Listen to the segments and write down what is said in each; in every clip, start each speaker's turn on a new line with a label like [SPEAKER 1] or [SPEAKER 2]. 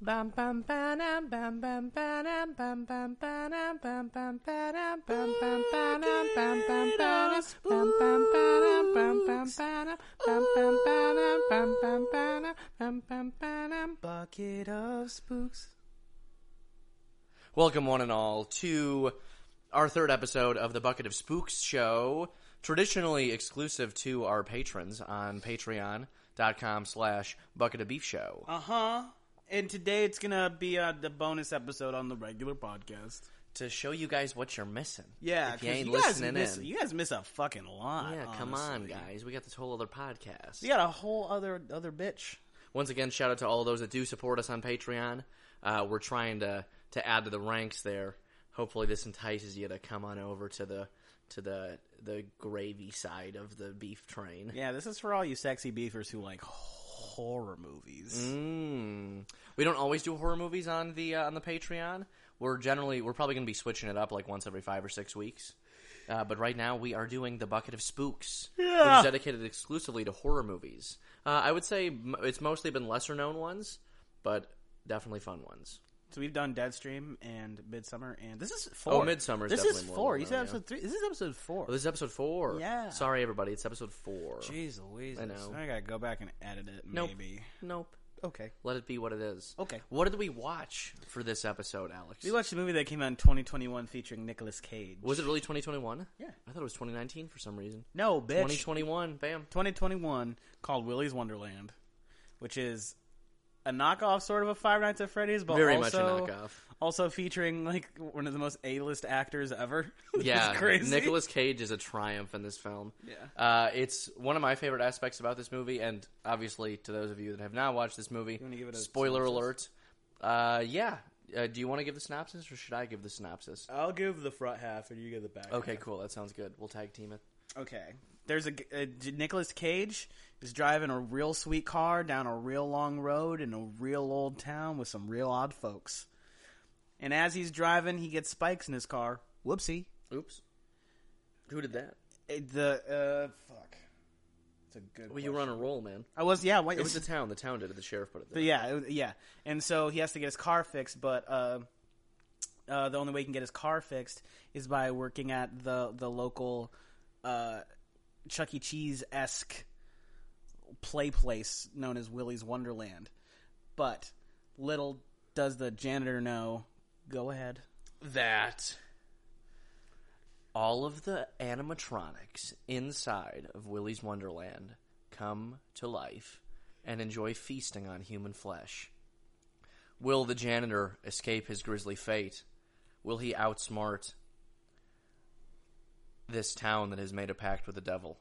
[SPEAKER 1] Bam bam banam bam bam banam bam bam banam bam bam banam bam bam banam bam bam banam bam bam banam bam bam banam bam bam banam bam bam banam bam bam banam bucket of spooks.
[SPEAKER 2] Welcome, one and all, to our third episode of the Bucket of Spooks show, traditionally exclusive to our patrons on patreon.com slash bucket of beef show.
[SPEAKER 1] Uh huh. And today it's gonna be uh, the bonus episode on the regular podcast.
[SPEAKER 2] To show you guys what you're missing.
[SPEAKER 1] Yeah,
[SPEAKER 2] If
[SPEAKER 1] 'cause
[SPEAKER 2] you ain't
[SPEAKER 1] guys
[SPEAKER 2] listening
[SPEAKER 1] miss,
[SPEAKER 2] in.
[SPEAKER 1] You guys miss a fucking lot.
[SPEAKER 2] yeah, come on,
[SPEAKER 1] honestly.
[SPEAKER 2] guys. We got this whole other podcast.
[SPEAKER 1] You got a whole other other bitch.
[SPEAKER 2] Once again, shout out to all those that do support us on Patreon. Uh, we're trying to, to add to the ranks there. Hopefully, this entices you to come on over to the to the the gravy side of the beef train.
[SPEAKER 1] Yeah, this is for all you sexy beefers who like horror movies.
[SPEAKER 2] Mm. We don't always do horror movies on the uh, on the Patreon. We're generally we're probably going to be switching it up like once every five or six weeks. Uh, but right now we are doing the bucket of spooks, which is dedicated exclusively to horror movies. Uh, I would say m- it's mostly been lesser known ones, but definitely fun ones.
[SPEAKER 1] So we've done Deadstream and Midsummer, and this is four.
[SPEAKER 2] Oh, Midsummer's
[SPEAKER 1] This is
[SPEAKER 2] definitely more
[SPEAKER 1] four. You
[SPEAKER 2] well-known,
[SPEAKER 1] said
[SPEAKER 2] yeah.
[SPEAKER 1] episode three. This is episode four.
[SPEAKER 2] Oh, this is episode four.
[SPEAKER 1] Yeah.
[SPEAKER 2] sorry everybody, it's episode four.
[SPEAKER 1] Jeez Louise! I
[SPEAKER 2] know.
[SPEAKER 1] I gotta go back and edit it.
[SPEAKER 2] Nope.
[SPEAKER 1] Maybe.
[SPEAKER 2] Nope.
[SPEAKER 1] Okay.
[SPEAKER 2] Let it be what it is.
[SPEAKER 1] Okay.
[SPEAKER 2] What did we watch for this episode, Alex?
[SPEAKER 1] We watched a movie that came out in 2021 featuring Nicolas Cage.
[SPEAKER 2] was it really 2021?
[SPEAKER 1] Yeah.
[SPEAKER 2] I thought it was 2019 for some reason.
[SPEAKER 1] No, bitch.
[SPEAKER 2] 2021, bam.
[SPEAKER 1] 2021 called Willy's Wonderland, which is a knockoff sort of a Five Nights at Freddy's, but
[SPEAKER 2] Very much a
[SPEAKER 1] also,
[SPEAKER 2] knockoff.
[SPEAKER 1] Also featuring like one of the most A-list actors ever. This is
[SPEAKER 2] Yeah,
[SPEAKER 1] crazy.
[SPEAKER 2] Nicolas Cage is a triumph in this film.
[SPEAKER 1] Yeah.
[SPEAKER 2] uh, it's one of my favorite aspects about this movie, and obviously to those of you that have not watched this movie,
[SPEAKER 1] wanna give it a
[SPEAKER 2] spoiler
[SPEAKER 1] synopsis?
[SPEAKER 2] alert. Uh, yeah, uh, do you want to give the synopsis, or should I give the synopsis?
[SPEAKER 1] I'll give the front half, and you give the back.
[SPEAKER 2] Okay, cool. That sounds good. We'll tag team it.
[SPEAKER 1] Okay. There's a, a Nicholas Cage is driving a real sweet car down a real long road in a real old town with some real odd folks. And as he's driving, he gets spikes in his car. Whoopsie.
[SPEAKER 2] Oops, who did that?
[SPEAKER 1] It- the uh fuck. It's a good.
[SPEAKER 2] Well, you
[SPEAKER 1] question.
[SPEAKER 2] were on a roll, man.
[SPEAKER 1] I was yeah. Wait,
[SPEAKER 2] It was the town. The town did it. The sheriff put it there.
[SPEAKER 1] yeah it was- yeah. And so he has to get his car fixed, but uh, uh, the only way he can get his car fixed is by working at the the local uh, Chuck E. Cheese esque play place known as Willy's Wonderland. But little does the janitor know. Go ahead.
[SPEAKER 2] that all of the animatronics inside of Willy's Wonderland come to life and enjoy feasting on human flesh. Will the janitor escape his grisly fate? Will he outsmart this town that has made a pact with the devil?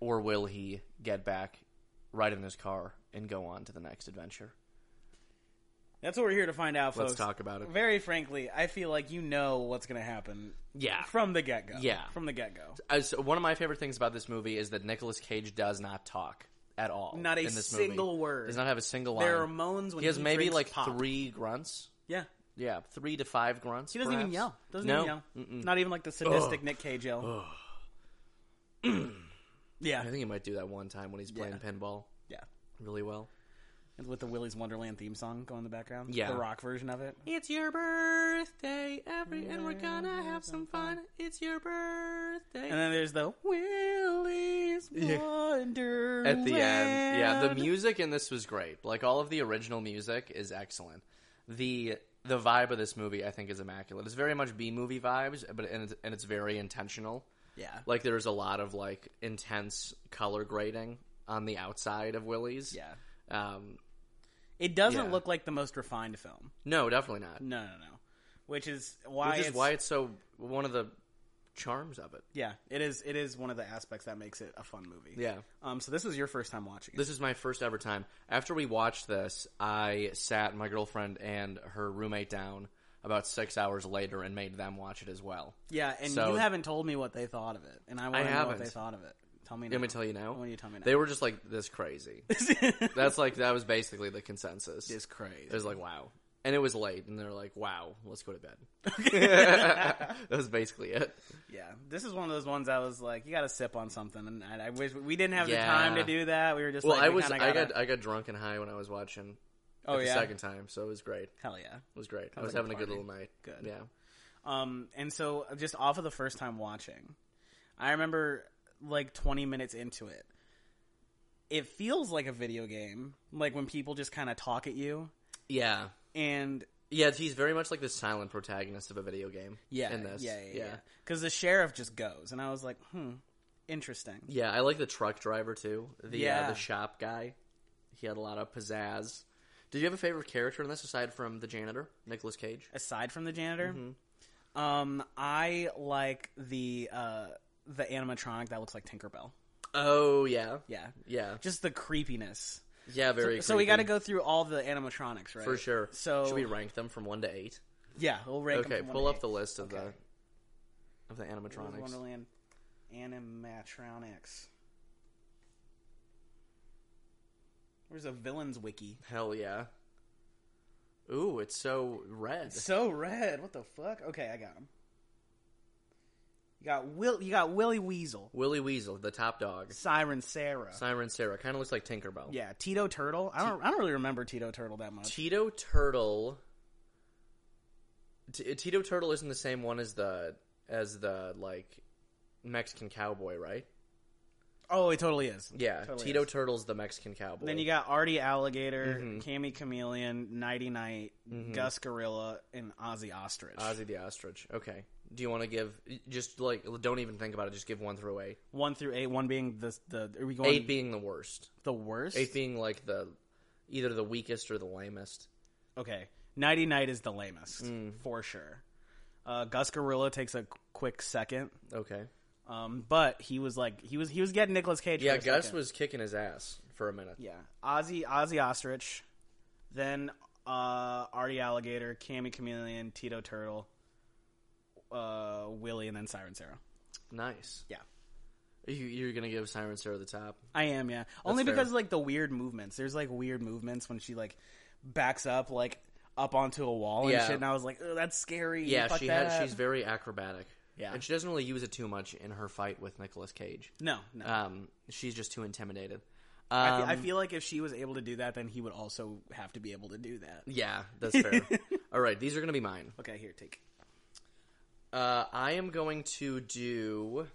[SPEAKER 2] Or will he get back, ride in his car, and go on to the next adventure?
[SPEAKER 1] That's what we're here to find out, folks.
[SPEAKER 2] Let's talk about it.
[SPEAKER 1] Very frankly, I feel like you know what's going to happen
[SPEAKER 2] Yeah.
[SPEAKER 1] from the get go.
[SPEAKER 2] Yeah.
[SPEAKER 1] from the get go.
[SPEAKER 2] as one of my favorite things about this movie is that Nicolas Cage does not talk at all.
[SPEAKER 1] Not a
[SPEAKER 2] in this
[SPEAKER 1] single
[SPEAKER 2] movie.
[SPEAKER 1] word.
[SPEAKER 2] Does not have a single line.
[SPEAKER 1] There are moans when
[SPEAKER 2] he has
[SPEAKER 1] he
[SPEAKER 2] maybe
[SPEAKER 1] drinks
[SPEAKER 2] like
[SPEAKER 1] pop.
[SPEAKER 2] three grunts.
[SPEAKER 1] Yeah,
[SPEAKER 2] Yeah, three to five grunts.
[SPEAKER 1] He doesn't even yell. Doesn't
[SPEAKER 2] no.
[SPEAKER 1] even yell. Not even like the sadistic Nick Cage yell. yeah,
[SPEAKER 2] I think he might do that one time when he's playing pinball
[SPEAKER 1] yeah.
[SPEAKER 2] really well.
[SPEAKER 1] And With the Willy's Wonderland theme song going in the background.
[SPEAKER 2] Yeah.
[SPEAKER 1] the rock version of it.
[SPEAKER 2] It's your birthday, every, and we're gonna have some fun. It's your birthday.
[SPEAKER 1] And then there's the Willy's
[SPEAKER 2] Yeah.
[SPEAKER 1] Wonderland
[SPEAKER 2] At the end, yeah, the music in this was great. Like all of the original music is excellent. the The vibe of this movie, I think, is immaculate. It's very much B movie vibes, but and it's, and it's very intentional.
[SPEAKER 1] yeah,
[SPEAKER 2] Like there's a lot of like intense color grading on the outside of Willie's.
[SPEAKER 1] yeah.
[SPEAKER 2] Um,
[SPEAKER 1] It doesn't
[SPEAKER 2] Yeah.
[SPEAKER 1] look like the most refined film.
[SPEAKER 2] no, definitely not.
[SPEAKER 1] No, no, no. Which is why.
[SPEAKER 2] Which is
[SPEAKER 1] it's,
[SPEAKER 2] why it's so one of the charms of it.
[SPEAKER 1] Yeah, it is. It is one of the aspects that makes it a fun movie.
[SPEAKER 2] Yeah.
[SPEAKER 1] Um. So this was your first time watching it.
[SPEAKER 2] This is my first ever time. After we watched this, I sat my girlfriend and her roommate down about six hours later and made them watch it as well.
[SPEAKER 1] Yeah, and
[SPEAKER 2] So-
[SPEAKER 1] you haven't told me what they thought of it, and I
[SPEAKER 2] I
[SPEAKER 1] want to know what
[SPEAKER 2] haven't.
[SPEAKER 1] they thgot of it. Tell me.
[SPEAKER 2] Let
[SPEAKER 1] now.
[SPEAKER 2] me tell you now.
[SPEAKER 1] Why don't you tell me now?
[SPEAKER 2] They were just like this crazy. That's like that was basically the consensus.
[SPEAKER 1] It's crazy.
[SPEAKER 2] It was like wow, and it was late, and they're like wow, let's go to bed. that was basically it.
[SPEAKER 1] yeah, this is one of those ones I was like, you got to sip on something, and I, I wish we didn't have
[SPEAKER 2] Yeah.
[SPEAKER 1] the time to do that. We were just
[SPEAKER 2] Well,
[SPEAKER 1] like,
[SPEAKER 2] I
[SPEAKER 1] we
[SPEAKER 2] was
[SPEAKER 1] kinda
[SPEAKER 2] I
[SPEAKER 1] gotta-
[SPEAKER 2] got I got drunk and high when I was watching
[SPEAKER 1] Oh
[SPEAKER 2] the
[SPEAKER 1] yeah.
[SPEAKER 2] second time, so it was great. It
[SPEAKER 1] Hell yeah.
[SPEAKER 2] was great. I
[SPEAKER 1] Sounds like
[SPEAKER 2] was
[SPEAKER 1] a
[SPEAKER 2] having a good
[SPEAKER 1] party.
[SPEAKER 2] little night.
[SPEAKER 1] Good.
[SPEAKER 2] Yeah.
[SPEAKER 1] Um, and so just off of the first time watching, I remember like 20 minutes into it. It feels like a video game, like when people just kind of talk at you,
[SPEAKER 2] Yeah.
[SPEAKER 1] and
[SPEAKER 2] Yeah, he's very much like the silent protagonist of a video game.
[SPEAKER 1] yeah,
[SPEAKER 2] in this.
[SPEAKER 1] yeah, yeah, because the sheriff just goes, and I was like, hmm, interesting.
[SPEAKER 2] Yeah, I like the truck driver too. The uh,
[SPEAKER 1] Yeah.
[SPEAKER 2] the shop guy. He had a lot of pizzazz. Did you have a favorite character in this aside from the janitor, Nicolas Cage?
[SPEAKER 1] Aside from the janitor,
[SPEAKER 2] Mm-hmm.
[SPEAKER 1] um, I like the uh the animatronic that looks like Tinkerbell.
[SPEAKER 2] Oh yeah,
[SPEAKER 1] Yeah,
[SPEAKER 2] yeah,
[SPEAKER 1] just the creepiness.
[SPEAKER 2] yeah. Very.
[SPEAKER 1] So we got to
[SPEAKER 2] creepy,
[SPEAKER 1] go through all the animatronics, right?
[SPEAKER 2] for sure.
[SPEAKER 1] So
[SPEAKER 2] should we rank them from one to eight?
[SPEAKER 1] Yeah, we'll rank. 'em
[SPEAKER 2] Okay,
[SPEAKER 1] from one
[SPEAKER 2] pull
[SPEAKER 1] to
[SPEAKER 2] up
[SPEAKER 1] eight.
[SPEAKER 2] the list of
[SPEAKER 1] Okay.
[SPEAKER 2] the of the
[SPEAKER 1] Willy's
[SPEAKER 2] animatronics.
[SPEAKER 1] Wonderland animatronics. Where's a villains wiki?
[SPEAKER 2] Hell yeah. Ooh, it's so red.
[SPEAKER 1] So red. What the fuck? Okay, I got him. You got Will. You got Willy Weasel,
[SPEAKER 2] Willy Weasel, the top dog.
[SPEAKER 1] Siren Sarah.
[SPEAKER 2] Siren Sarah kind of looks like Tinkerbell.
[SPEAKER 1] yeah, Tito Turtle. I don't. I don't really remember Tito Turtle that much.
[SPEAKER 2] Tito Turtle. T- Tito Turtle isn't the same one as the as the like Mexican cowboy, right?
[SPEAKER 1] Oh, it totally is.
[SPEAKER 2] Yeah,
[SPEAKER 1] Totally
[SPEAKER 2] Tito
[SPEAKER 1] is.
[SPEAKER 2] Turtle's the Mexican cowboy.
[SPEAKER 1] Then you got Artie Alligator,
[SPEAKER 2] Mm-hmm.
[SPEAKER 1] Cammy Chameleon, Nighty Night, Gus Gorilla, and Ozzy Ostrich.
[SPEAKER 2] Ozzy the ostrich. Okay. Do you want to give just like don't even think about it? Just give one through eight.
[SPEAKER 1] One through eight. One being the the. Are we going
[SPEAKER 2] Eight being the worst.
[SPEAKER 1] the worst?
[SPEAKER 2] Eight being like the either the weakest or the lamest.
[SPEAKER 1] Okay. Nighty Night is the lamest,
[SPEAKER 2] Mm.
[SPEAKER 1] for sure. Uh, Gus Gorilla takes a qu- quick second.
[SPEAKER 2] Okay.
[SPEAKER 1] Um, but he was like he was he was getting Nicolas Cage.
[SPEAKER 2] Yeah,
[SPEAKER 1] for a
[SPEAKER 2] Gus
[SPEAKER 1] second.
[SPEAKER 2] was kicking his ass for a minute.
[SPEAKER 1] Yeah. Ozzy Ozzy Ostrich. Then uh Artie Alligator, Cammy Chameleon, Tito Turtle, uh Willie, and then Siren Sarah.
[SPEAKER 2] Nice.
[SPEAKER 1] Yeah.
[SPEAKER 2] You, you're gonna give Siren Sarah the top.
[SPEAKER 1] I am, yeah. Only
[SPEAKER 2] fair.
[SPEAKER 1] because like the weird movements. There's like weird movements when she like backs up like up onto a wall and
[SPEAKER 2] Yeah.
[SPEAKER 1] shit, and I was like, "Ugh, that's scary.
[SPEAKER 2] Yeah,
[SPEAKER 1] Fuck
[SPEAKER 2] she
[SPEAKER 1] that.
[SPEAKER 2] has. She's very acrobatic.
[SPEAKER 1] Yeah.
[SPEAKER 2] and she doesn't really use it too much in her fight with Nicolas Cage.
[SPEAKER 1] no, no.
[SPEAKER 2] Um, she's just too intimidated.
[SPEAKER 1] I fe-
[SPEAKER 2] Um,
[SPEAKER 1] I feel like if she was able to do that, then he would also have to be able to do that.
[SPEAKER 2] yeah, that's fair. All right, these are gonna be mine.
[SPEAKER 1] Okay, here, take.
[SPEAKER 2] Uh, I am going to do.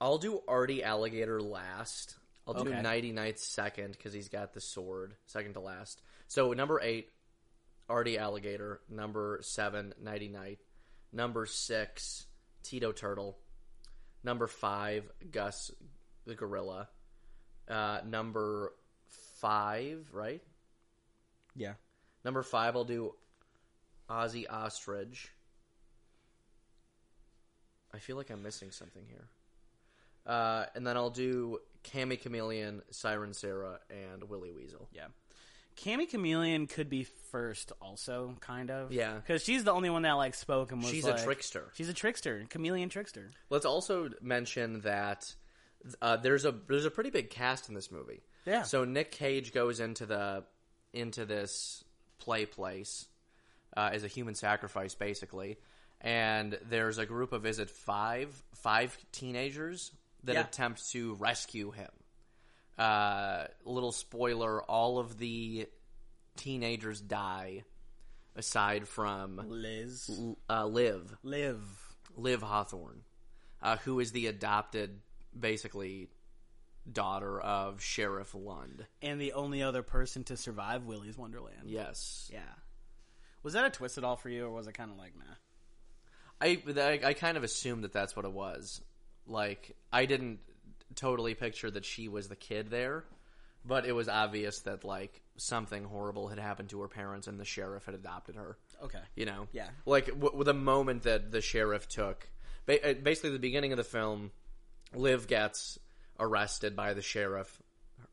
[SPEAKER 2] I'll do Artie Alligator last. I'll do
[SPEAKER 1] Okay.
[SPEAKER 2] Nighty Night second because he's got the sword, second to last. So number eight, Artie Alligator. Number seven, Nighty Night. Number six, Tito Turtle. Number five, Gus the Gorilla. Uh, number five, right?
[SPEAKER 1] Yeah.
[SPEAKER 2] Number five, I'll do Ozzy Ostrich. I feel like I'm missing something here. Uh, and then I'll do Cammy Chameleon, Siren Sarah, and Willy Weasel.
[SPEAKER 1] Yeah. Cammy Chameleon could be first also, kind of.
[SPEAKER 2] Yeah.
[SPEAKER 1] Because she's the only one that, like, spoke and was
[SPEAKER 2] She's
[SPEAKER 1] like-
[SPEAKER 2] a trickster.
[SPEAKER 1] She's a trickster. Chameleon trickster.
[SPEAKER 2] Let's also mention that uh, there's a there's a pretty big cast in this movie.
[SPEAKER 1] Yeah.
[SPEAKER 2] So Nick Cage goes into the into this play place uh, as a human sacrifice, basically. And there's a group of is it five five teenagers that
[SPEAKER 1] Yeah.
[SPEAKER 2] attempt to rescue him. Uh, little spoiler: all of the teenagers die, aside from
[SPEAKER 1] Liz.
[SPEAKER 2] uh, Liv.
[SPEAKER 1] Liv.
[SPEAKER 2] Liv Hawthorne, uh, who is the adopted, basically, daughter of Sheriff Lund.
[SPEAKER 1] And the only other person to survive Willy's Wonderland.
[SPEAKER 2] Yes,
[SPEAKER 1] Yeah. Was that a twist at all for you, or was it kind of like, nah?
[SPEAKER 2] I, I I kind of assumed that that's what it was. Like I didn't totally picture that she was the kid there, but it was obvious that like something horrible had happened to her parents and the sheriff had adopted her.
[SPEAKER 1] Okay.
[SPEAKER 2] You know,
[SPEAKER 1] Yeah.
[SPEAKER 2] Like w- w- the moment that the sheriff took, ba- uh, basically the beginning of the film, Liv gets arrested by the sheriff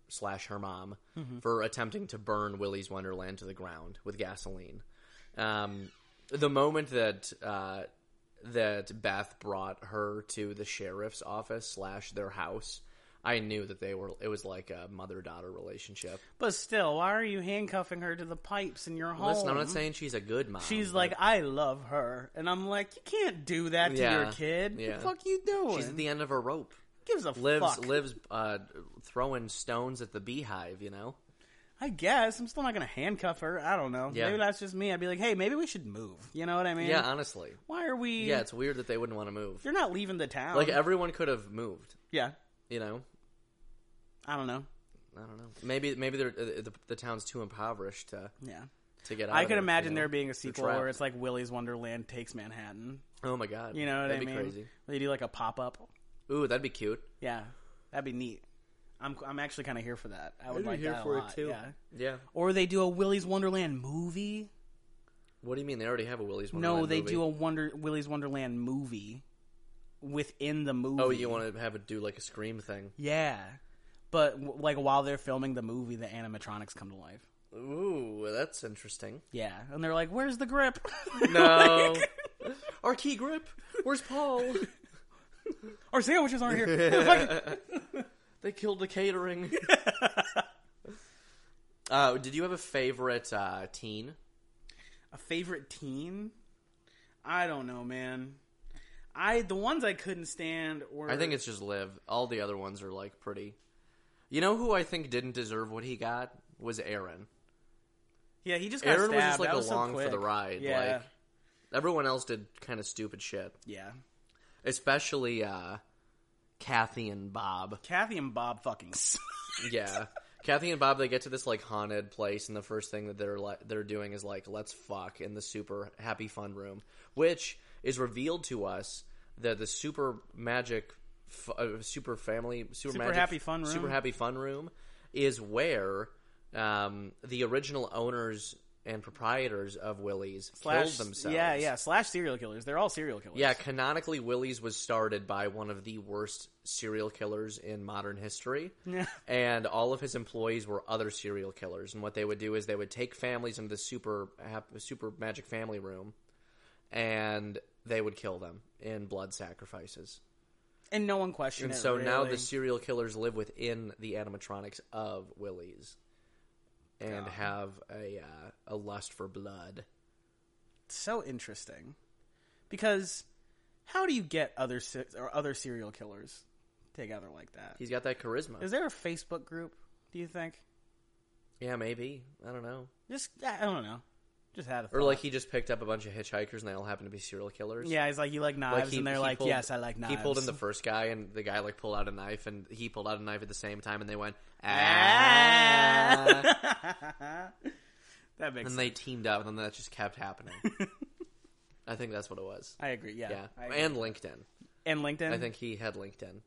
[SPEAKER 2] slash her mom
[SPEAKER 1] Mm-hmm.
[SPEAKER 2] for attempting to burn Willy's Wonderland to the ground with gasoline. Um, the moment that uh, that Beth brought her to the sheriff's office slash their house, I knew that they were. It was like a mother daughter relationship.
[SPEAKER 1] But still, why are you handcuffing her to the pipes in your home?
[SPEAKER 2] Listen, I'm not saying she's a good mom.
[SPEAKER 1] Oh. She's
[SPEAKER 2] but-
[SPEAKER 1] like, I love her, and I'm like, you can't do that to
[SPEAKER 2] Yeah,
[SPEAKER 1] your kid.
[SPEAKER 2] yeah.
[SPEAKER 1] What the fuck you doing?
[SPEAKER 2] She's at the end of her rope.
[SPEAKER 1] gives a
[SPEAKER 2] Lives
[SPEAKER 1] fuck.
[SPEAKER 2] lives uh, throwing stones at the beehive. You know.
[SPEAKER 1] I guess I'm still not gonna handcuff her. I don't know.
[SPEAKER 2] Yeah.
[SPEAKER 1] Maybe that's just me. I'd be like, hey, maybe we should move. You know what I mean?
[SPEAKER 2] Yeah, honestly.
[SPEAKER 1] Why are we?
[SPEAKER 2] Yeah, it's weird that they wouldn't want to move.
[SPEAKER 1] They're not leaving the town.
[SPEAKER 2] Like uh, everyone could have moved,
[SPEAKER 1] yeah.
[SPEAKER 2] you know.
[SPEAKER 1] I don't know.
[SPEAKER 2] I don't know. Maybe maybe they're, uh, the the town's too impoverished to
[SPEAKER 1] Yeah.
[SPEAKER 2] to get out.
[SPEAKER 1] I
[SPEAKER 2] of
[SPEAKER 1] could
[SPEAKER 2] it,
[SPEAKER 1] imagine
[SPEAKER 2] you know?
[SPEAKER 1] there being a sequel
[SPEAKER 2] trapped.
[SPEAKER 1] where it's like Willy's Wonderland takes Manhattan.
[SPEAKER 2] Oh my god.
[SPEAKER 1] You know what
[SPEAKER 2] that'd
[SPEAKER 1] I
[SPEAKER 2] be
[SPEAKER 1] mean?
[SPEAKER 2] crazy.
[SPEAKER 1] They do like a pop up.
[SPEAKER 2] Ooh, that'd be cute.
[SPEAKER 1] Yeah, that'd be neat. I'm I'm actually kind of here for that. I would
[SPEAKER 2] I'd be
[SPEAKER 1] like
[SPEAKER 2] here
[SPEAKER 1] that
[SPEAKER 2] for
[SPEAKER 1] a
[SPEAKER 2] it,
[SPEAKER 1] lot.
[SPEAKER 2] too.
[SPEAKER 1] Yeah.
[SPEAKER 2] Yeah.
[SPEAKER 1] Or they do a Willy's Wonderland movie.
[SPEAKER 2] What do you mean they already have a Willy's Wonderland?
[SPEAKER 1] No, they
[SPEAKER 2] movie.
[SPEAKER 1] do a Wonder Willy's Wonderland movie within the movie.
[SPEAKER 2] Oh, you want to have it do like a scream thing?
[SPEAKER 1] Yeah, but w- like while they're filming the movie, the animatronics come to life.
[SPEAKER 2] Ooh, that's interesting.
[SPEAKER 1] Yeah, and they're like, "Where's the grip?"
[SPEAKER 2] No.
[SPEAKER 1] Like,
[SPEAKER 2] Our key grip. Where's Paul?
[SPEAKER 1] our sandwiches aren't here. Fucking-
[SPEAKER 2] they killed the catering. uh, did you have a favorite uh, teen?
[SPEAKER 1] a favorite teen? I don't know, man. I the ones I couldn't stand were
[SPEAKER 2] I think it's just Liv. All the other ones are like pretty. You know who I think didn't deserve what he got was Aaron.
[SPEAKER 1] yeah he just got
[SPEAKER 2] Aaron was
[SPEAKER 1] stabbed.
[SPEAKER 2] just like
[SPEAKER 1] That was so
[SPEAKER 2] along for the
[SPEAKER 1] quick.
[SPEAKER 2] ride.
[SPEAKER 1] Yeah,
[SPEAKER 2] Like everyone else did kind of stupid shit,
[SPEAKER 1] yeah.
[SPEAKER 2] especially uh, Kathy and Bob.
[SPEAKER 1] Kathy and Bob fucking. suck.
[SPEAKER 2] Yeah. Kathy and Bob, they get to this like haunted place, and the first thing that they're like, they're doing is like, let's fuck in the super happy fun room, which is revealed to us that the super magic, f- uh, super family, super,
[SPEAKER 1] Super
[SPEAKER 2] magic,
[SPEAKER 1] happy fun room?
[SPEAKER 2] super happy fun room, is where um, the original owners and proprietors of Willie's
[SPEAKER 1] Slash-
[SPEAKER 2] killed themselves.
[SPEAKER 1] Yeah, yeah. Slash serial killers. They're all serial killers.
[SPEAKER 2] Yeah, canonically, Willie's was started by one of the worst serial killers in modern history.
[SPEAKER 1] Yeah.
[SPEAKER 2] And all of his employees were other serial killers. And what they would do is they would take families into the super, hap- super magic family room and they would kill them in blood sacrifices.
[SPEAKER 1] and no one questioned
[SPEAKER 2] And
[SPEAKER 1] it,
[SPEAKER 2] so now
[SPEAKER 1] really.
[SPEAKER 2] the serial killers live within the animatronics of Willie's and have a, uh, a lust for blood.
[SPEAKER 1] so interesting because how do you get other se- or other serial killers together like that?
[SPEAKER 2] He's got that charisma.
[SPEAKER 1] Is there a Facebook group? Do you think?
[SPEAKER 2] Yeah, maybe. I don't know.
[SPEAKER 1] Just I I don't know. Just had a
[SPEAKER 2] Or
[SPEAKER 1] thought.
[SPEAKER 2] like he just picked up a bunch of hitchhikers and they all happen to be serial killers.
[SPEAKER 1] yeah, he's like you like knives,
[SPEAKER 2] Like he,
[SPEAKER 1] and they're
[SPEAKER 2] he
[SPEAKER 1] like
[SPEAKER 2] pulled-
[SPEAKER 1] yes, I like knives.
[SPEAKER 2] He pulled in the first guy, and the guy like pulled out a knife, and he pulled out a knife at the same time, and they went ah,
[SPEAKER 1] Ah. that makes.
[SPEAKER 2] and
[SPEAKER 1] sense.
[SPEAKER 2] they teamed up, and then that just kept happening. I think that's what it was.
[SPEAKER 1] I agree. Yeah.
[SPEAKER 2] Yeah,
[SPEAKER 1] I agree. Mm-hmm.
[SPEAKER 2] and LinkedIn.
[SPEAKER 1] and LinkedIn.
[SPEAKER 2] I think he had LinkedIn.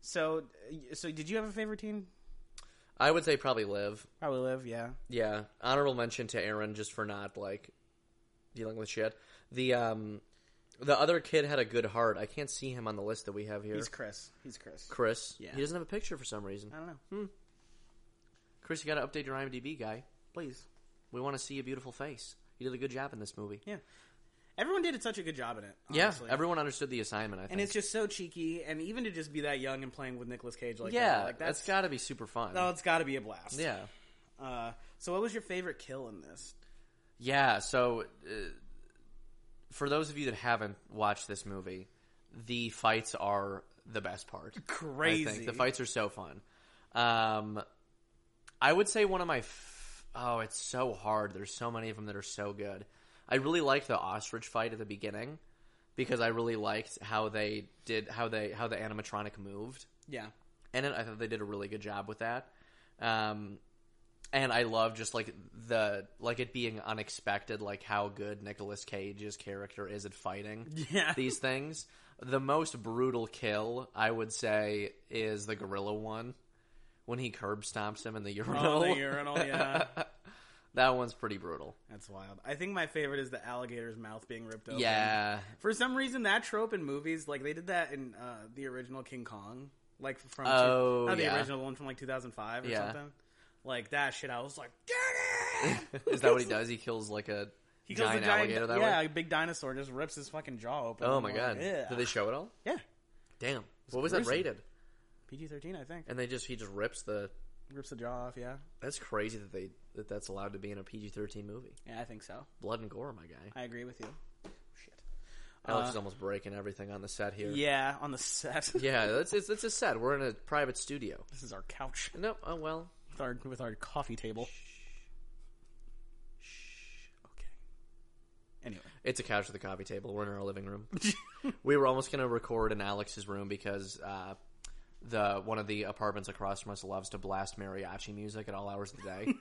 [SPEAKER 1] so. So did you have a favorite team?
[SPEAKER 2] I would say probably Liv.
[SPEAKER 1] Probably live. Yeah.
[SPEAKER 2] Yeah, honorable mention to Aaron just for not like dealing with shit. The um, the other kid had a good heart. I can't see him on the list that we have here.
[SPEAKER 1] He's Chris. He's Chris.
[SPEAKER 2] Chris.
[SPEAKER 1] Yeah.
[SPEAKER 2] He doesn't have a picture for some reason. Hmm.
[SPEAKER 1] I don't know.
[SPEAKER 2] Chris, you got to update your IMDb guy.
[SPEAKER 1] Please.
[SPEAKER 2] We want to see a beautiful face. You did a good job in this movie.
[SPEAKER 1] Yeah. Everyone did such a good job in it.
[SPEAKER 2] Yeah,
[SPEAKER 1] honestly.
[SPEAKER 2] everyone understood the assignment. I think.
[SPEAKER 1] and it's just so cheeky, and even to just be that young and playing with Nicolas Cage like
[SPEAKER 2] yeah,
[SPEAKER 1] that, like that's
[SPEAKER 2] that's got to be super fun.
[SPEAKER 1] oh, it's got to be a blast.
[SPEAKER 2] yeah,
[SPEAKER 1] Uh, so, what was your favorite kill in this?
[SPEAKER 2] yeah. So, uh, for those of you that haven't watched this movie, the fights are the best part. I
[SPEAKER 1] Crazy.
[SPEAKER 2] think the fights are so fun. Um, I would say one of my. F- oh, it's so hard. There's so many of them that are so good. I really liked the ostrich fight at the beginning because I really liked how they did how they how the animatronic moved.
[SPEAKER 1] Yeah.
[SPEAKER 2] and it, I thought they did a really good job with that. Um, and I love just like the like it being unexpected, like how good Nicolas Cage's character is at fighting
[SPEAKER 1] Yeah.
[SPEAKER 2] these things. The most brutal kill I would say is the gorilla one when he curb stomps him in the urinal.
[SPEAKER 1] Oh, the urinal, yeah.
[SPEAKER 2] that one's pretty brutal.
[SPEAKER 1] That's wild. I think my favorite is the alligator's mouth being ripped open.
[SPEAKER 2] Yeah,
[SPEAKER 1] For some reason, that trope in movies, like they did that in uh, the original King Kong, like from two-
[SPEAKER 2] Oh,
[SPEAKER 1] not the
[SPEAKER 2] yeah.
[SPEAKER 1] original one from like 2005 or
[SPEAKER 2] Yeah.
[SPEAKER 1] something. Like that shit, I was like, get it!
[SPEAKER 2] is that what he does? He kills like a
[SPEAKER 1] He kills
[SPEAKER 2] giant
[SPEAKER 1] the giant,
[SPEAKER 2] alligator that
[SPEAKER 1] yeah,
[SPEAKER 2] way.
[SPEAKER 1] a big dinosaur just rips his fucking jaw open.
[SPEAKER 2] Oh
[SPEAKER 1] I'm
[SPEAKER 2] my
[SPEAKER 1] like,
[SPEAKER 2] god!
[SPEAKER 1] Yeah,
[SPEAKER 2] Did they show it all?
[SPEAKER 1] yeah.
[SPEAKER 2] Damn, what was that
[SPEAKER 1] gruesome.
[SPEAKER 2] rated?
[SPEAKER 1] PG thirteen, I think.
[SPEAKER 2] And they just he just rips the
[SPEAKER 1] Rips the jaw off. Yeah,
[SPEAKER 2] That's crazy that they that that's allowed to be in a PG thirteen movie.
[SPEAKER 1] yeah, I think so.
[SPEAKER 2] Blood and gore, my guy.
[SPEAKER 1] I agree with you.
[SPEAKER 2] Alex is almost breaking everything on the set here.
[SPEAKER 1] Uh, Yeah,
[SPEAKER 2] Yeah,
[SPEAKER 1] on the set.
[SPEAKER 2] that's it's, it's a set. We're in a private studio.
[SPEAKER 1] this is our couch
[SPEAKER 2] No, oh well.
[SPEAKER 1] with our with our coffee table.
[SPEAKER 2] It's a couch with a coffee table. We're in our living room. we were almost going to record in Alex's room because uh, the one of the apartments across from us loves to blast mariachi music at all hours of the day.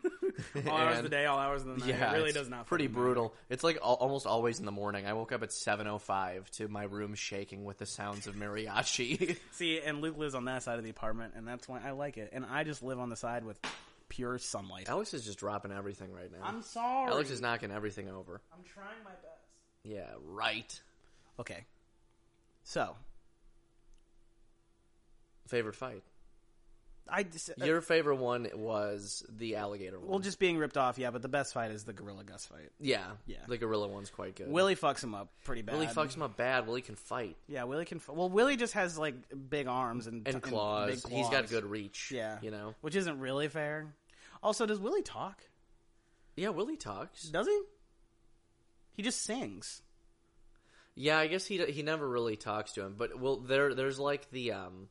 [SPEAKER 1] All hours of
[SPEAKER 2] And-
[SPEAKER 1] the day, all hours of the night.
[SPEAKER 2] yeah,
[SPEAKER 1] it really
[SPEAKER 2] it's
[SPEAKER 1] does not.
[SPEAKER 2] Pretty
[SPEAKER 1] fucking matter.
[SPEAKER 2] brutal. It's like al- almost always in the morning. I woke up at seven oh five to my room shaking with the sounds of mariachi.
[SPEAKER 1] See, and Luke lives on that side of the apartment, and that's why I like it. And I just live on the side with pure sunlight.
[SPEAKER 2] Alex is just dropping everything right now.
[SPEAKER 1] I'm sorry.
[SPEAKER 2] Alex is knocking everything over.
[SPEAKER 1] I'm trying my best.
[SPEAKER 2] Yeah, right.
[SPEAKER 1] Okay. So
[SPEAKER 2] Favorite fight.
[SPEAKER 1] I just, uh,
[SPEAKER 2] Your favorite one was the alligator one.
[SPEAKER 1] well, just being ripped off, yeah. But the best fight is the Gorilla Gus fight.
[SPEAKER 2] yeah,
[SPEAKER 1] Yeah.
[SPEAKER 2] The gorilla one's quite good.
[SPEAKER 1] Willie fucks him up pretty bad.
[SPEAKER 2] Willie fucks him up bad. Willie can fight
[SPEAKER 1] Yeah, Willie can. f- Well, Willie just has like big arms and
[SPEAKER 2] and
[SPEAKER 1] and
[SPEAKER 2] claws.
[SPEAKER 1] big
[SPEAKER 2] He's got
[SPEAKER 1] claws.
[SPEAKER 2] good reach.
[SPEAKER 1] Yeah,
[SPEAKER 2] you know.
[SPEAKER 1] which isn't really fair. Also, does Willie talk?
[SPEAKER 2] Yeah, Willie talks.
[SPEAKER 1] Does he? He just sings.
[SPEAKER 2] Yeah, I guess he he never really talks to him, but well, there there's like the um,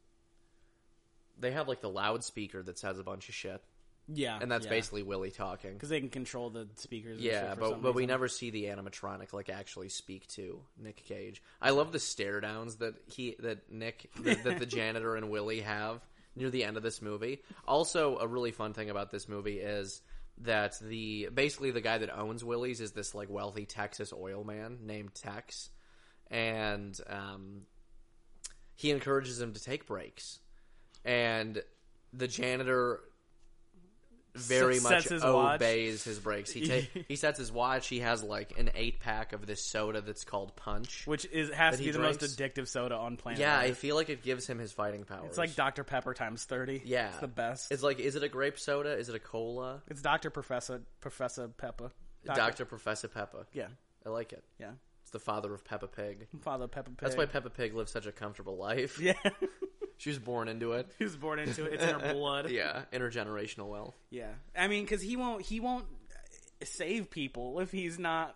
[SPEAKER 2] they have like the loudspeaker that says a bunch of shit,
[SPEAKER 1] Yeah,
[SPEAKER 2] and that's basically Willie talking.
[SPEAKER 1] because they can control the speakers. and shit
[SPEAKER 2] Yeah,
[SPEAKER 1] for
[SPEAKER 2] but
[SPEAKER 1] some
[SPEAKER 2] but we
[SPEAKER 1] reason.
[SPEAKER 2] never see the animatronic like actually speak to Nick Cage. I love the stare downs that he that Nick that, that the janitor and Willie have near the end of this movie. Also, a really fun thing about this movie is that the basically the guy that owns Willie's is this like wealthy Texas oil man named Tex, and um, he encourages him to take breaks, and the janitor very
[SPEAKER 1] S-
[SPEAKER 2] much
[SPEAKER 1] sets his watch.
[SPEAKER 2] obeys his breaks. He ta- he sets his watch. He has like an eight pack of this soda that's called Punch.
[SPEAKER 1] which is has to
[SPEAKER 2] he
[SPEAKER 1] be the
[SPEAKER 2] drinks.
[SPEAKER 1] most addictive soda on planet.
[SPEAKER 2] yeah,
[SPEAKER 1] Earth.
[SPEAKER 2] I feel like it gives him his fighting powers.
[SPEAKER 1] it's like Dr Pepper times thirty.
[SPEAKER 2] yeah,
[SPEAKER 1] it's the best. It's,
[SPEAKER 2] It's like is it a grape soda? Is it a cola?
[SPEAKER 1] Dr Professor Professor Pepper.
[SPEAKER 2] Doctor Professor Peppa.
[SPEAKER 1] Yeah,
[SPEAKER 2] I like it.
[SPEAKER 1] yeah.
[SPEAKER 2] It's the father of Peppa Pig.
[SPEAKER 1] Father Pepper. Pig.
[SPEAKER 2] That's why Peppa Pig lives such a comfortable life.
[SPEAKER 1] Yeah,
[SPEAKER 2] She was born into it.
[SPEAKER 1] he was born into it. It's in her blood.
[SPEAKER 2] Yeah, intergenerational wealth.
[SPEAKER 1] Yeah, I mean, because he won't he won't save people if he's not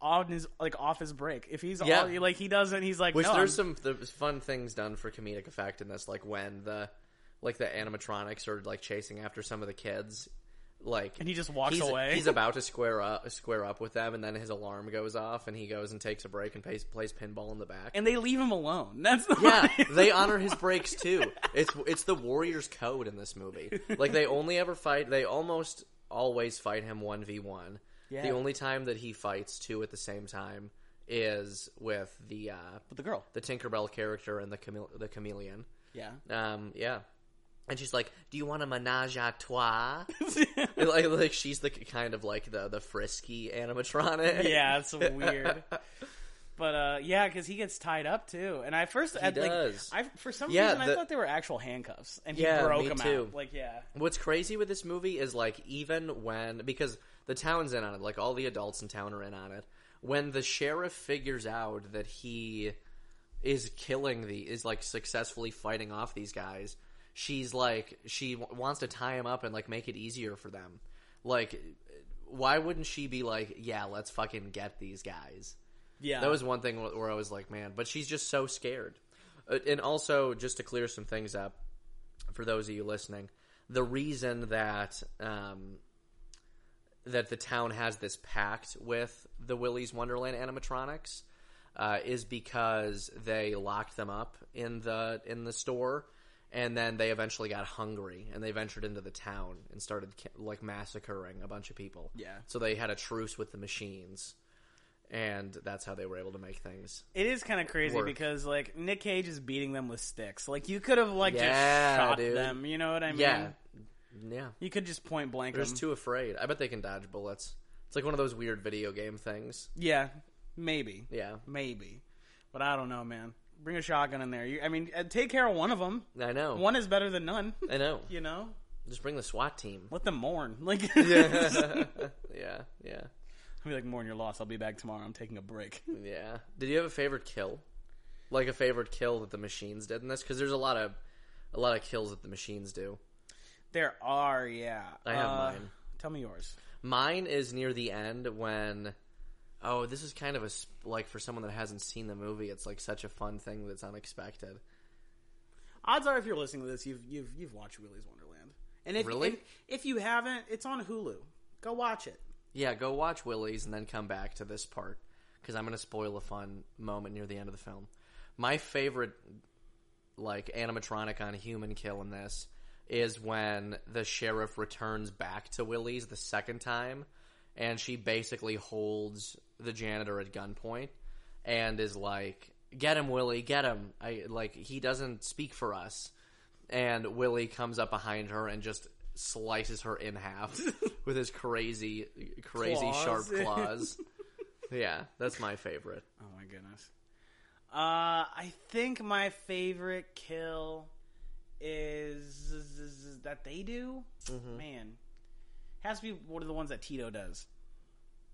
[SPEAKER 1] on his like off his break. If he's
[SPEAKER 2] Yeah.
[SPEAKER 1] all, like he doesn't, he's like
[SPEAKER 2] Which
[SPEAKER 1] no.
[SPEAKER 2] there's
[SPEAKER 1] I'm-
[SPEAKER 2] some there's fun things done for comedic effect in this, like when the like the animatronics are like chasing after some of the kids, like
[SPEAKER 1] And he just walks
[SPEAKER 2] he's-
[SPEAKER 1] away.
[SPEAKER 2] He's about to square up square up with them, and then his alarm goes off, and he goes and takes a break and plays, plays pinball in the back.
[SPEAKER 1] and they leave him alone. That's the
[SPEAKER 2] yeah, they honor his breaks too. It's it's the Warriors code in this movie. Like they only ever fight. They almost always fight him one v one.
[SPEAKER 1] Yeah.
[SPEAKER 2] The only time that he fights two at the same time is with the uh,
[SPEAKER 1] But the girl,
[SPEAKER 2] the Tinkerbell character and the chame- the chameleon.
[SPEAKER 1] yeah,
[SPEAKER 2] Um, yeah. And she's like, "Do you want a menage a trois?" like, like she's the kind of like the the frisky animatronic.
[SPEAKER 1] yeah, it's weird. But uh, yeah, because he gets tied up too, and I first at,
[SPEAKER 2] does.
[SPEAKER 1] like I for some
[SPEAKER 2] Yeah,
[SPEAKER 1] reason
[SPEAKER 2] the-
[SPEAKER 1] I thought they were actual handcuffs, and he
[SPEAKER 2] Yeah,
[SPEAKER 1] broke
[SPEAKER 2] me
[SPEAKER 1] them
[SPEAKER 2] too.
[SPEAKER 1] out. Like yeah,
[SPEAKER 2] What's crazy with this movie is like even when because the town's in on it, like all the adults in town are in on it. When the sheriff figures out that he is killing the is like successfully fighting off these guys, she's like she w- wants to tie him up and like make it easier for them. Like, why wouldn't she be like, yeah, let's fucking get these guys?
[SPEAKER 1] yeah.
[SPEAKER 2] That was one thing wh- where I was like, man, but she's just so scared. Uh, And also, just to clear some things up for those of you listening, the reason that um, that the town has this pact with the Willy's Wonderland animatronics uh, is because they locked them up in the in the store, and then they eventually got hungry and they ventured into the town and started ki- like massacring a bunch of people.
[SPEAKER 1] Yeah.
[SPEAKER 2] so they had a truce with the machines, and that's how they were able to make things.
[SPEAKER 1] It is kind of crazy
[SPEAKER 2] Work.
[SPEAKER 1] because like Nick Cage is beating them with sticks. Like you could have like
[SPEAKER 2] Yeah,
[SPEAKER 1] just shot
[SPEAKER 2] dude.
[SPEAKER 1] them. You know what I mean?
[SPEAKER 2] Yeah, yeah.
[SPEAKER 1] You could just point blank
[SPEAKER 2] They're
[SPEAKER 1] them.
[SPEAKER 2] just too afraid. I bet they can dodge bullets. It's like one of those weird video game things.
[SPEAKER 1] yeah, maybe,
[SPEAKER 2] Yeah,
[SPEAKER 1] maybe, but I don't know, man. Bring a shotgun in there. You, I mean, uh, take care of one of them.
[SPEAKER 2] I know.
[SPEAKER 1] One is better than none.
[SPEAKER 2] I know.
[SPEAKER 1] You know,
[SPEAKER 2] Just bring the SWAT team.
[SPEAKER 1] let them mourn. Like,
[SPEAKER 2] yeah, yeah,
[SPEAKER 1] I'll be like, mourn your loss. I'll be back tomorrow. I'm taking a break.
[SPEAKER 2] yeah. Did you have a favorite kill? Like a favorite kill that the machines did in this? Because there's a lot of a lot of kills that the machines do.
[SPEAKER 1] there are, yeah. Uh,
[SPEAKER 2] I have mine.
[SPEAKER 1] Tell me yours.
[SPEAKER 2] Mine is near the end when. Oh, this is kind of a sp- like for someone that hasn't seen the movie, it's like such a fun thing that's unexpected.
[SPEAKER 1] Odds are, if you're listening to this, you've you've you've watched Willy's Wonderland, and if
[SPEAKER 2] Really?
[SPEAKER 1] and if you haven't, it's on Hulu. Go watch it.
[SPEAKER 2] Yeah, go watch Willie's and then come back to this part because I'm going to spoil a fun moment near the end of the film. My favorite, like animatronic on human kill in this is when the sheriff returns back to Willie's the second time, and she basically holds the janitor at gunpoint and is like, "Get him, Willie! Get him!" I like he doesn't speak for us, and Willie comes up behind her and just slices her in half with his crazy, crazy
[SPEAKER 1] Claws.
[SPEAKER 2] sharp claws. yeah, that's my favorite.
[SPEAKER 1] Oh my goodness. Uh, I think my favorite kill is, is- is- is that they do.
[SPEAKER 2] Mm-hmm.
[SPEAKER 1] Man, has to be one of the ones that Tito does.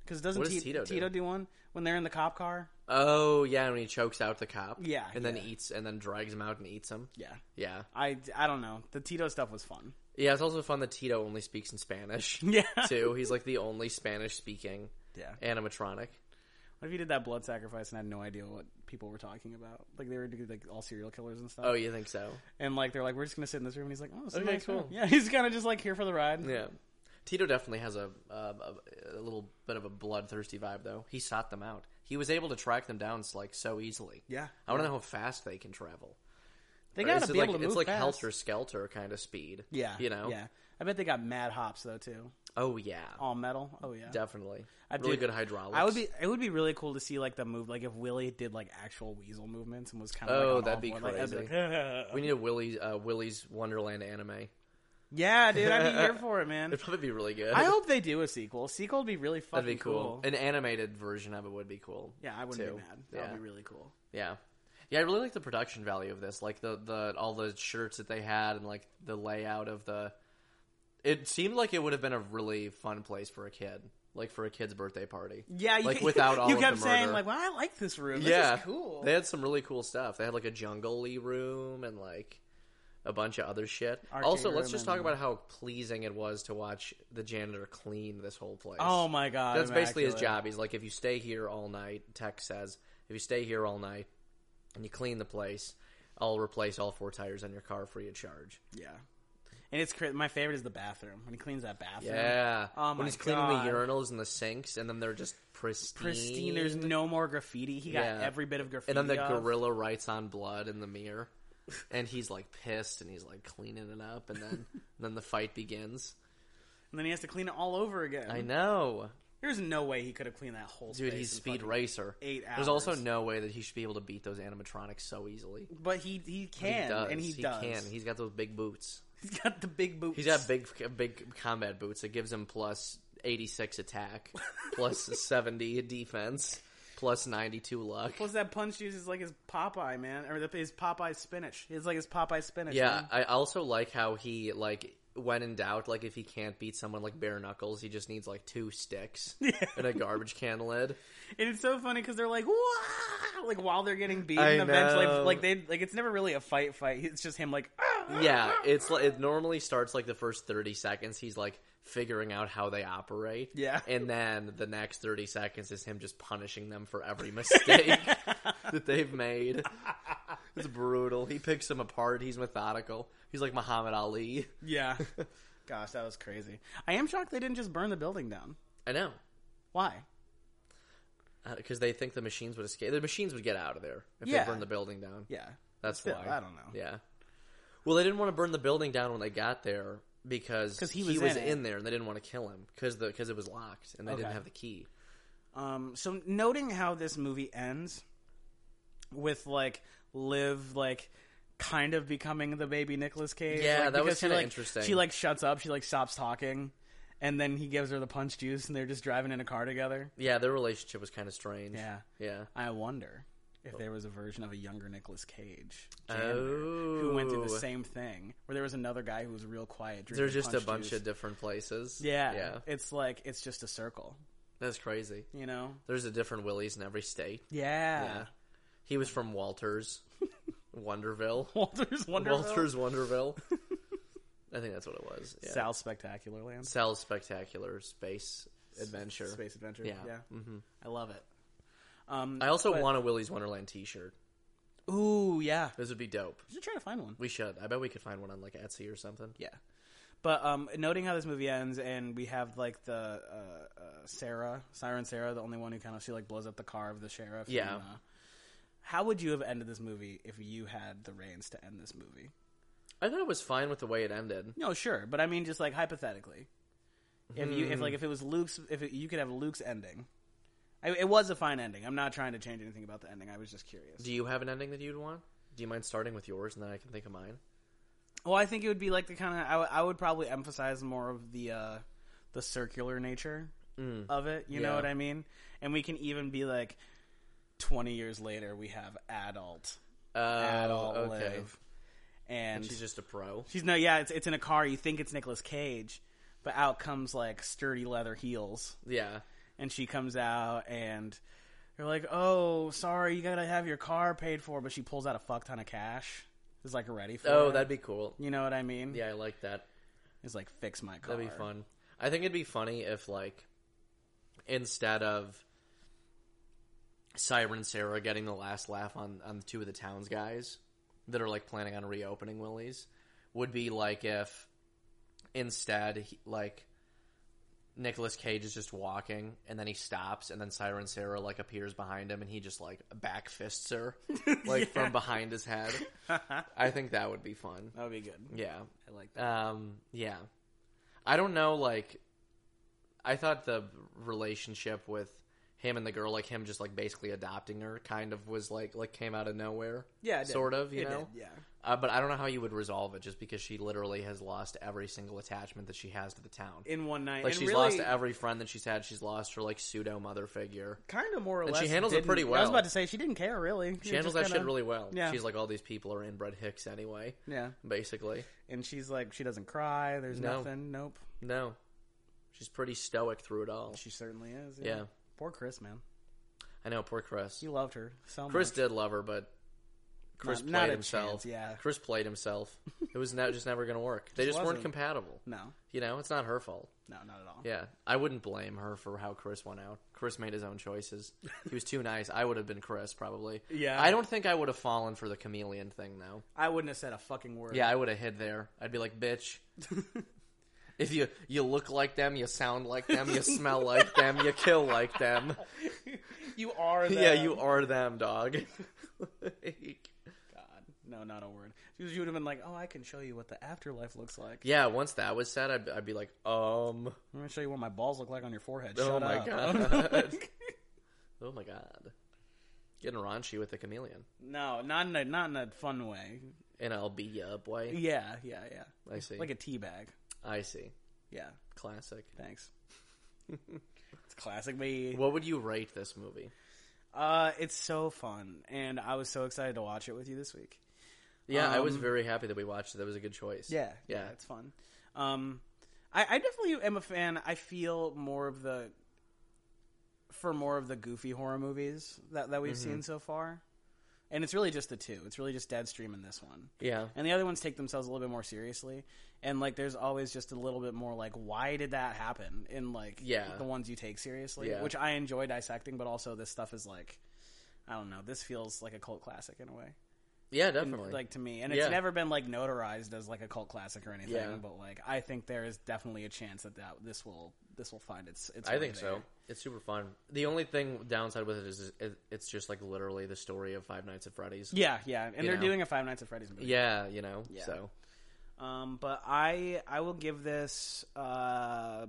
[SPEAKER 1] Because doesn't
[SPEAKER 2] What does
[SPEAKER 1] Ti-
[SPEAKER 2] Tito
[SPEAKER 1] Tito,
[SPEAKER 2] do?
[SPEAKER 1] do? one when they're in the cop car?
[SPEAKER 2] Oh yeah, when he chokes out the cop.
[SPEAKER 1] Yeah,
[SPEAKER 2] and then
[SPEAKER 1] yeah.
[SPEAKER 2] eats and then drags him out and eats him.
[SPEAKER 1] Yeah,
[SPEAKER 2] Yeah,
[SPEAKER 1] I, I don't know. The Tito stuff was fun.
[SPEAKER 2] yeah. It's also fun that Tito only speaks in Spanish.
[SPEAKER 1] Yeah,
[SPEAKER 2] too. He's like the only Spanish speaking
[SPEAKER 1] yeah.
[SPEAKER 2] animatronic.
[SPEAKER 1] What if you did that blood sacrifice and had no idea what people were talking about? Like they were doing, like all serial killers and stuff.
[SPEAKER 2] Oh, you think so?
[SPEAKER 1] And like they're like, we're just gonna sit in this room. And he's like, oh, this is a
[SPEAKER 2] Okay,
[SPEAKER 1] nice room.
[SPEAKER 2] cool.
[SPEAKER 1] Yeah, he's kind of just like here for the ride.
[SPEAKER 2] Yeah. Tito definitely has a, uh, a a little bit of a bloodthirsty vibe, though. He sought them out. He was able to track them down like so easily.
[SPEAKER 1] Yeah.
[SPEAKER 2] I want to know how fast they can travel.
[SPEAKER 1] They
[SPEAKER 2] Or is
[SPEAKER 1] gotta
[SPEAKER 2] it
[SPEAKER 1] be
[SPEAKER 2] like,
[SPEAKER 1] able to move
[SPEAKER 2] It's like
[SPEAKER 1] fast.
[SPEAKER 2] helter skelter kind of speed.
[SPEAKER 1] Yeah,
[SPEAKER 2] you know.
[SPEAKER 1] Yeah, I bet they got mad hops though too.
[SPEAKER 2] Oh yeah,
[SPEAKER 1] All metal. Oh yeah,
[SPEAKER 2] definitely.
[SPEAKER 1] I
[SPEAKER 2] really
[SPEAKER 1] did-
[SPEAKER 2] good hydraulics.
[SPEAKER 1] I would be. It would be really cool to see like the move. Like if Willie did like actual weasel movements and was kind of.
[SPEAKER 2] Oh,
[SPEAKER 1] like, on
[SPEAKER 2] that'd
[SPEAKER 1] all
[SPEAKER 2] be
[SPEAKER 1] four, like, I'd
[SPEAKER 2] crazy.
[SPEAKER 1] like,
[SPEAKER 2] We need a Willy's uh, Willy's Wonderland anime.
[SPEAKER 1] yeah, dude, I'd be here for it, man.
[SPEAKER 2] It'd probably be really good.
[SPEAKER 1] I hope they do a sequel. Sequel would be really fucking
[SPEAKER 2] that'd be
[SPEAKER 1] cool.
[SPEAKER 2] cool. An animated version of it would be cool.
[SPEAKER 1] Yeah, I wouldn't
[SPEAKER 2] too.
[SPEAKER 1] be mad. That
[SPEAKER 2] Yeah.
[SPEAKER 1] would be really cool.
[SPEAKER 2] Yeah. Yeah, I really like the production value of this. Like the, the all the shirts that they had and like the layout of the it seemed like it would have been a really fun place for a kid. Like for a kid's birthday party.
[SPEAKER 1] Yeah, you
[SPEAKER 2] like
[SPEAKER 1] ca-
[SPEAKER 2] without all
[SPEAKER 1] you
[SPEAKER 2] of
[SPEAKER 1] kept
[SPEAKER 2] the murder.
[SPEAKER 1] saying like, "Well, I like this room. This
[SPEAKER 2] yeah,
[SPEAKER 1] is cool."
[SPEAKER 2] They had some really cool stuff. They had like a jungle-y room and like a bunch of other shit.
[SPEAKER 1] Arcade
[SPEAKER 2] also, let's
[SPEAKER 1] room
[SPEAKER 2] just talk
[SPEAKER 1] and-
[SPEAKER 2] about how pleasing it was to watch the janitor clean this whole place.
[SPEAKER 1] oh my god,
[SPEAKER 2] That's basically his
[SPEAKER 1] immaculate.
[SPEAKER 2] job. He's like, if you stay here all night, Tech says, if you stay here all night and you clean the place, I'll replace all four tires on your car free of charge.
[SPEAKER 1] Yeah, and it's cra- my favorite is the bathroom when he cleans that bathroom.
[SPEAKER 2] Yeah.
[SPEAKER 1] Oh my
[SPEAKER 2] when he's cleaning
[SPEAKER 1] God.
[SPEAKER 2] the urinals and the sinks, and then they're just pristine.
[SPEAKER 1] pristine. There's no more graffiti. He got
[SPEAKER 2] Yeah.
[SPEAKER 1] every bit of graffiti.
[SPEAKER 2] and then the
[SPEAKER 1] off.
[SPEAKER 2] gorilla writes on blood in the mirror, and he's like pissed, and he's like cleaning it up, and then then the fight begins.
[SPEAKER 1] And then he has to clean it all over again.
[SPEAKER 2] I know,
[SPEAKER 1] There's no way he could have cleaned that whole
[SPEAKER 2] dude.
[SPEAKER 1] space
[SPEAKER 2] He's
[SPEAKER 1] in
[SPEAKER 2] speed
[SPEAKER 1] fucking-
[SPEAKER 2] racer.
[SPEAKER 1] eight
[SPEAKER 2] There's also
[SPEAKER 1] hours.
[SPEAKER 2] no way that he should be able to beat those animatronics so easily.
[SPEAKER 1] But he he can,
[SPEAKER 2] does.
[SPEAKER 1] and he, does.
[SPEAKER 2] can. He's got those big boots.
[SPEAKER 1] He's got the big boots.
[SPEAKER 2] He's got big, big combat boots. It gives him plus eighty six attack, plus seventy defense, plus ninety two luck.
[SPEAKER 1] Plus that punch juice is like his Popeye man, or the, his Popeye spinach. It's like his Popeye spinach.
[SPEAKER 2] yeah,
[SPEAKER 1] man.
[SPEAKER 2] I also like how he like when in doubt, like if he can't beat someone like bare knuckles, he just needs like two sticks and a garbage can lid.
[SPEAKER 1] and it's so funny because they're like, "Wah!" like while they're getting beaten.
[SPEAKER 2] I
[SPEAKER 1] eventually,
[SPEAKER 2] know.
[SPEAKER 1] like they like it's never really a fight fight. It's just him like, "Ah!"
[SPEAKER 2] Yeah, it's like it normally starts like the first thirty seconds. He's like figuring out how they operate.
[SPEAKER 1] Yeah.
[SPEAKER 2] and then the next thirty seconds is him just punishing them for every mistake that they've made. It's brutal. He picks them apart. He's methodical. He's like Muhammad Ali.
[SPEAKER 1] yeah. Gosh, that was crazy. I am shocked they didn't just burn the building down.
[SPEAKER 2] I know
[SPEAKER 1] Why?
[SPEAKER 2] because they think the machines would escape. The machines would get out of there if
[SPEAKER 1] Yeah.
[SPEAKER 2] they burn the building down.
[SPEAKER 1] Yeah,
[SPEAKER 2] That's
[SPEAKER 1] Still,
[SPEAKER 2] why.
[SPEAKER 1] I don't know.
[SPEAKER 2] Yeah. Well, they didn't want to burn the building down when they got there because
[SPEAKER 1] 'Cause he was in it.
[SPEAKER 2] there and they didn't want to kill him because the because it was locked and they didn't
[SPEAKER 1] Okay.
[SPEAKER 2] have the key.
[SPEAKER 1] Um, so noting how this movie ends with like Liv like kind of becoming the baby Nicolas Cage.
[SPEAKER 2] Yeah,
[SPEAKER 1] like,
[SPEAKER 2] that was
[SPEAKER 1] because she,
[SPEAKER 2] kinda
[SPEAKER 1] like-
[SPEAKER 2] interesting.
[SPEAKER 1] She like shuts up. She like stops talking, and then he gives her the punch juice, and they're just driving in a car together.
[SPEAKER 2] Yeah, their relationship was kind of strange.
[SPEAKER 1] Yeah.
[SPEAKER 2] Yeah.
[SPEAKER 1] I wonder if there was a version of a younger Nicolas Cage Chandler,
[SPEAKER 2] Oh,
[SPEAKER 1] who went through the same thing, where there was another guy who was real quiet. drinking
[SPEAKER 2] They're just a
[SPEAKER 1] punch
[SPEAKER 2] bunch
[SPEAKER 1] juice.
[SPEAKER 2] of different places.
[SPEAKER 1] yeah,
[SPEAKER 2] Yeah.
[SPEAKER 1] It's like it's just a circle,
[SPEAKER 2] That's crazy.
[SPEAKER 1] you know.
[SPEAKER 2] There's a different Willie's in every state.
[SPEAKER 1] Yeah,
[SPEAKER 2] Yeah. He was from Walters, Wonderville,
[SPEAKER 1] Walter's wonderful.
[SPEAKER 2] Walters Wonderville. I think that's what it was. Yeah.
[SPEAKER 1] Sal's Spectacular Land.
[SPEAKER 2] Sal's spectacular space adventure.
[SPEAKER 1] Space Adventure.
[SPEAKER 2] Yeah.
[SPEAKER 1] Yeah,
[SPEAKER 2] hmm
[SPEAKER 1] I love it. Um,
[SPEAKER 2] I also
[SPEAKER 1] but-
[SPEAKER 2] want a Willie's Wonderland T-shirt.
[SPEAKER 1] Ooh, yeah.
[SPEAKER 2] This would be dope.
[SPEAKER 1] You should try to find one.
[SPEAKER 2] We should. I bet we could find one on like Etsy or something.
[SPEAKER 1] Yeah, But um, noting how this movie ends, and we have like the uh, uh, Sarah, Siren Sarah, the only one who kind of she like blows up the car of the sheriff.
[SPEAKER 2] Yeah.
[SPEAKER 1] and, uh, how would you have ended this movie if you had the reins to end this movie?
[SPEAKER 2] I thought it was fine with the way it ended.
[SPEAKER 1] No, sure, but I mean, just like hypothetically, if you if like if it was Luke's, if it, you could have Luke's ending, I, it was a fine ending. I'm not trying to change anything about the ending. I was just curious.
[SPEAKER 2] Do you have an ending that you'd want? Do you mind starting with yours and then I can think of mine?
[SPEAKER 1] Well, I think it would be like the kind of I would- I would probably emphasize more of the uh, the circular nature of it. You know
[SPEAKER 2] Mm. Yeah.
[SPEAKER 1] what I mean? And we can even be like, twenty years later, we have adult
[SPEAKER 2] Uh,
[SPEAKER 1] adult
[SPEAKER 2] okay.
[SPEAKER 1] live, and
[SPEAKER 2] She's just a pro.
[SPEAKER 1] she's no yeah, it's it's in a car. You think it's Nicolas Cage, but out comes like sturdy leather heels,
[SPEAKER 2] Yeah.
[SPEAKER 1] and she comes out and. They're like, oh, sorry, you gotta have your car paid for, but she pulls out a fuck ton of cash. Is like ready for.
[SPEAKER 2] Oh,
[SPEAKER 1] it.
[SPEAKER 2] that'd be cool.
[SPEAKER 1] You know what I mean?
[SPEAKER 2] Yeah, I like that.
[SPEAKER 1] is like fix my car.
[SPEAKER 2] That'd be fun. I think it'd be funny if like instead of Siren Sarah getting the last laugh on on the two of the town's guys that are like planning on reopening Willie's would be like if instead he, like Nicolas Cage is just walking and then he stops and then Siren Sarah like appears behind him and he just like back fists her like from behind his head. I think that would be fun.
[SPEAKER 1] That would be good.
[SPEAKER 2] Yeah.
[SPEAKER 1] I like that.
[SPEAKER 2] Um, yeah. I don't know, like, I thought the relationship with him and the girl, like him just like basically adopting her, kind of was like like came out of nowhere.
[SPEAKER 1] Yeah, it did.
[SPEAKER 2] sort of, you
[SPEAKER 1] It
[SPEAKER 2] know.
[SPEAKER 1] did, yeah.
[SPEAKER 2] Uh, but I don't know how you would resolve it, just because she literally has lost every single attachment that she has to the town.
[SPEAKER 1] In one night,
[SPEAKER 2] like
[SPEAKER 1] and
[SPEAKER 2] she's
[SPEAKER 1] really,
[SPEAKER 2] lost every friend that she's had. She's lost her like pseudo mother figure.
[SPEAKER 1] kind of more or
[SPEAKER 2] and
[SPEAKER 1] less.
[SPEAKER 2] she handles it
[SPEAKER 1] didn't-
[SPEAKER 2] pretty
[SPEAKER 1] I was
[SPEAKER 2] well.
[SPEAKER 1] about to say she didn't care really.
[SPEAKER 2] She handles that shit really well.
[SPEAKER 1] yeah.
[SPEAKER 2] She's like all these people are inbred hicks anyway,
[SPEAKER 1] Yeah,
[SPEAKER 2] basically.
[SPEAKER 1] and she's like she doesn't cry. There's
[SPEAKER 2] No.
[SPEAKER 1] nothing. Nope.
[SPEAKER 2] No, she's pretty stoic through it all.
[SPEAKER 1] She certainly is.
[SPEAKER 2] Yeah.
[SPEAKER 1] Poor Chris, man.
[SPEAKER 2] I know, poor Chris.
[SPEAKER 1] You loved her so
[SPEAKER 2] Chris
[SPEAKER 1] much.
[SPEAKER 2] did love her, but
[SPEAKER 1] Not-
[SPEAKER 2] Chris played
[SPEAKER 1] not a
[SPEAKER 2] himself.
[SPEAKER 1] chance, yeah.
[SPEAKER 2] Chris played himself. It was now just never going to work. They just, weren't
[SPEAKER 1] wasn't.
[SPEAKER 2] compatible.
[SPEAKER 1] No,
[SPEAKER 2] You know, it's not her fault.
[SPEAKER 1] no, not at all.
[SPEAKER 2] Yeah, I wouldn't blame her for how Chris went out. Chris made his own choices. He was too nice. I would have been Chris probably.
[SPEAKER 1] Yeah.
[SPEAKER 2] I don't think I would have fallen for the chameleon thing though.
[SPEAKER 1] I wouldn't have said a fucking word.
[SPEAKER 2] Yeah, I would have hid there. I'd be like, bitch. If you you look like them, you sound like them, you smell like them, you kill like them.
[SPEAKER 1] you are.
[SPEAKER 2] Yeah,
[SPEAKER 1] them.
[SPEAKER 2] you are them, dog. Like-
[SPEAKER 1] God, no, not a word. She was- You would have been like, oh, I can show you what the afterlife looks like.
[SPEAKER 2] Yeah, once that was said, I'd, I'd be like, um,
[SPEAKER 1] I'm gonna show you what my balls look like on your forehead.
[SPEAKER 2] Oh
[SPEAKER 1] Shut
[SPEAKER 2] my
[SPEAKER 1] up.
[SPEAKER 2] God. oh my god, getting raunchy with the chameleon,
[SPEAKER 1] no, not in a not in a fun way.
[SPEAKER 2] and I'll be ya up way.
[SPEAKER 1] Yeah, yeah, yeah.
[SPEAKER 2] I see.
[SPEAKER 1] Like a tea bag.
[SPEAKER 2] I see.
[SPEAKER 1] Yeah,
[SPEAKER 2] Classic.
[SPEAKER 1] thanks. it's classic me.
[SPEAKER 2] What would you rate this movie?
[SPEAKER 1] Uh, it's so fun, and I was so excited to watch it with you this week.
[SPEAKER 2] Yeah, I was
[SPEAKER 1] Um,
[SPEAKER 2] very happy that we watched it. That was a good choice.
[SPEAKER 1] Yeah, yeah,
[SPEAKER 2] yeah.
[SPEAKER 1] it's fun. Um, I, I definitely am a fan. I feel more of the for more of the goofy horror movies that that we've
[SPEAKER 2] Mm-hmm.
[SPEAKER 1] seen so far, and it's really just the two. It's really just Deadstream and this one.
[SPEAKER 2] yeah.
[SPEAKER 1] and the other ones take themselves a little bit more seriously and like there's always just a little bit more like why did that happen in like
[SPEAKER 2] Yeah.
[SPEAKER 1] the ones you take seriously
[SPEAKER 2] Yeah.
[SPEAKER 1] which i enjoy dissecting but also this stuff is like i don't know this feels like a cult classic in a way
[SPEAKER 2] Yeah, definitely.
[SPEAKER 1] like to me and it's
[SPEAKER 2] Yeah.
[SPEAKER 1] never been like notarized as like a cult classic or anything
[SPEAKER 2] Yeah.
[SPEAKER 1] but like i think there is definitely a chance that, that this will this will find its its
[SPEAKER 2] I
[SPEAKER 1] way
[SPEAKER 2] think
[SPEAKER 1] there.
[SPEAKER 2] so. It's super fun. The only thing downside with it is it, it's just like literally the story of Five Nights at Freddy's.
[SPEAKER 1] yeah yeah and they're
[SPEAKER 2] know.
[SPEAKER 1] doing a five nights at freddy's movie
[SPEAKER 2] Yeah, you know.
[SPEAKER 1] Yeah.
[SPEAKER 2] So
[SPEAKER 1] Um, but I I will give this uh,